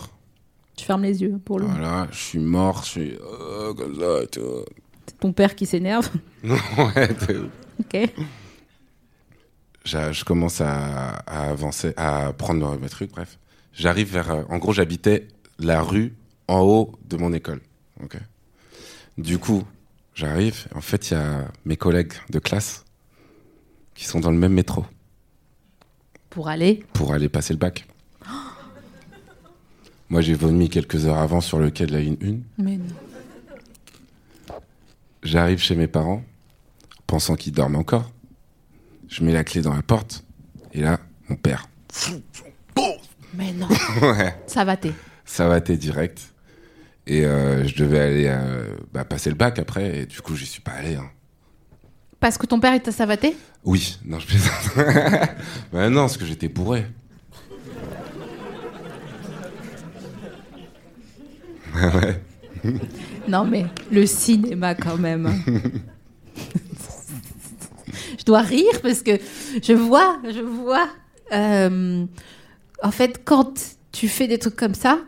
Speaker 2: Tu fermes les yeux pour le.
Speaker 3: Voilà, je suis mort, je suis euh, comme ça et tout.
Speaker 2: C'est ton père qui s'énerve.
Speaker 3: (laughs)
Speaker 2: (laughs)
Speaker 3: Ouais, t'es-
Speaker 2: ok.
Speaker 3: J'a- je commence à, à avancer, à prendre mes trucs, bref. J'arrive vers. euh, En gros, j'habitais la rue en haut de mon école. ok du coup, j'arrive. En fait, il y a mes collègues de classe qui sont dans le même métro.
Speaker 2: Pour aller.
Speaker 3: pour aller passer le bac. Moi, j'ai vomi quelques heures avant sur le quai de la ligne 1.
Speaker 2: Mais non.
Speaker 3: J'arrive chez mes parents, pensant qu'ils dorment encore. Je mets la clé dans la porte, et là, Mon père.
Speaker 2: Mais non,
Speaker 3: (laughs) Ouais.
Speaker 2: ça va t'es.
Speaker 3: Ça va, t'es direct. Et euh, je devais aller euh, bah, passer le bac après, et du coup, j'y suis pas allé. hein.
Speaker 2: Parce que ton père est à Savaté
Speaker 3: Oui, non, je plaisante. (laughs) bah non, parce que j'étais bourré.
Speaker 2: Non, mais le cinéma quand même. (laughs) je dois rire parce que je vois, je vois. euh, en fait, quand tu fais des trucs comme ça,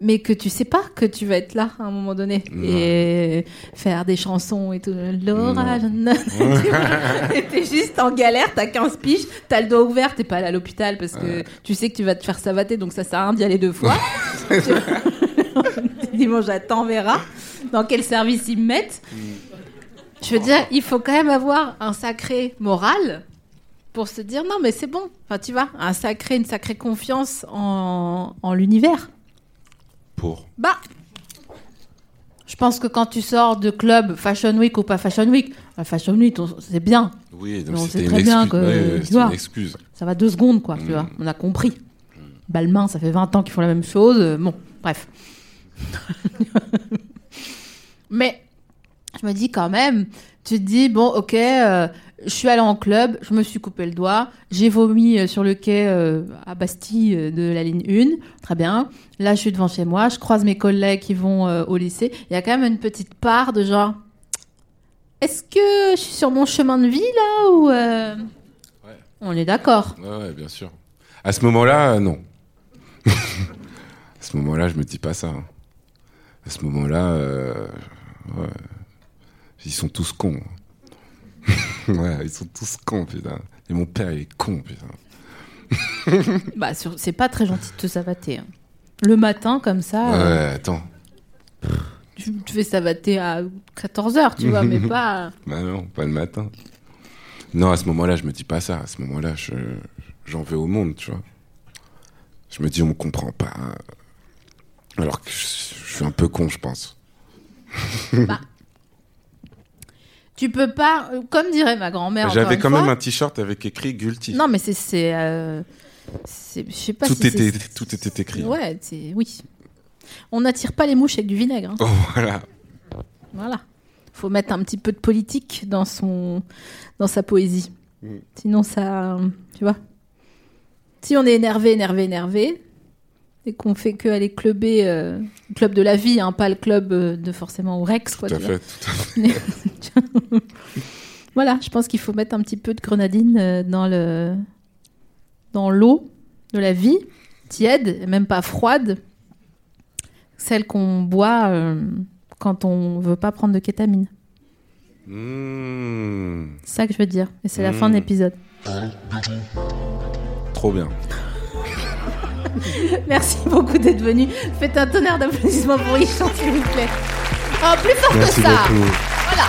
Speaker 2: mais que tu sais pas que tu vas être là à un moment donné et faire des chansons et tout, l'orage, et t'es juste en galère, t'as 15 piges, t'as le doigt ouvert, t'es pas allé à l'hôpital parce que tu sais que tu vas te faire savater, donc ça sert à rien d'y aller deux fois. Dimanche, j'attends, on verra dans quel service ils me mettent. Mm. Je veux dire, il faut quand même avoir un sacré moral pour se dire non, mais c'est bon. Enfin, tu vois, un sacré, une sacrée confiance en, en l'univers.
Speaker 3: Pour.
Speaker 2: Bah, je pense que quand tu sors de club Fashion Week ou pas Fashion Week, la Fashion Week, on- c'est bien.
Speaker 3: Oui,
Speaker 2: Mais
Speaker 3: donc
Speaker 2: on
Speaker 3: c'était
Speaker 2: sait
Speaker 3: une,
Speaker 2: très bien
Speaker 3: excuse.
Speaker 2: que,
Speaker 3: Ouais, ouais,
Speaker 2: tu
Speaker 3: c'était une
Speaker 2: vois.
Speaker 3: excuse.
Speaker 2: Ça va deux secondes, quoi, tu vois. On a compris. Balmain, ça fait 20 ans qu'ils font la même chose. euh, Bon, bref. (laughs) Mais je me dis quand même, tu te dis, bon, ok, euh, je suis allée en club, je me suis coupé le doigt, j'ai vomi euh, sur le quai euh, à Bastille euh, de la ligne 1, très bien. Là, je suis devant chez moi, je croise mes collègues qui vont euh, au lycée. Il y a quand même une petite part de genre, est-ce que je suis sur mon chemin de vie là ou. euh, On est d'accord.
Speaker 3: Ouais, ouais, bien sûr. À ce moment-là, euh, non. (laughs) à ce moment-là, je me dis pas ça. hein. À ce moment-là, euh, ouais, ils sont tous cons. hein. (laughs) ouais, ils sont tous cons, putain. Et mon père, il est con, putain.
Speaker 2: Bah, sur- c'est pas très gentil de te savater. hein. Le matin, comme ça, euh,
Speaker 3: Ouais, attends.
Speaker 2: tu, tu fais savater à 14h, tu
Speaker 3: (laughs)
Speaker 2: vois, mais pas.
Speaker 3: Bah non, pas le matin. Non, à ce moment-là, je me dis pas ça. À ce moment-là, je, j'en veux au monde, tu vois. Je me dis, on me comprend pas. Alors que je, je suis un peu con, je pense.
Speaker 2: Tu peux pas, euh, comme dirait ma grand-mère. encore
Speaker 3: J'avais
Speaker 2: une
Speaker 3: quand
Speaker 2: fois-
Speaker 3: même un t-shirt avec écrit Guilty.
Speaker 2: Non, mais c'est. c'est, euh, c'est- Je sais pas
Speaker 3: tout,
Speaker 2: si
Speaker 3: était,
Speaker 2: c'est-
Speaker 3: tout était écrit. hein.
Speaker 2: Ouais, c'est. Oui. On n'attire pas les mouches avec du vinaigre. hein.
Speaker 3: Oh, voilà.
Speaker 2: Voilà. Faut mettre un petit peu de politique dans, son... dans sa poésie.
Speaker 3: Mm.
Speaker 2: Sinon, ça. Tu vois Si on est énervé, énervé, énervé, et qu'on fait que aller clubber, euh, le club de la vie, hein, pas le club euh, de forcément au Rex, quoi.
Speaker 3: tout à
Speaker 2: tu
Speaker 3: fait. tout à fait.
Speaker 2: vois. (laughs) voilà, je pense qu'il faut mettre un petit peu de grenadine euh, dans le dans l'eau de la vie, tiède, et même pas froide, celle qu'on boit euh, quand on veut pas prendre de kétamine.
Speaker 3: Mmh,
Speaker 2: C'est ça que je veux dire. Et c'est la fin de l'épisode. (laughs)
Speaker 3: trop bien.
Speaker 2: Merci beaucoup d'être venu. Faites un tonnerre d'applaudissements pour Yvan, s'il vous plaît. Oh, plus fort
Speaker 3: Merci
Speaker 2: que ça
Speaker 3: beaucoup.
Speaker 2: Voilà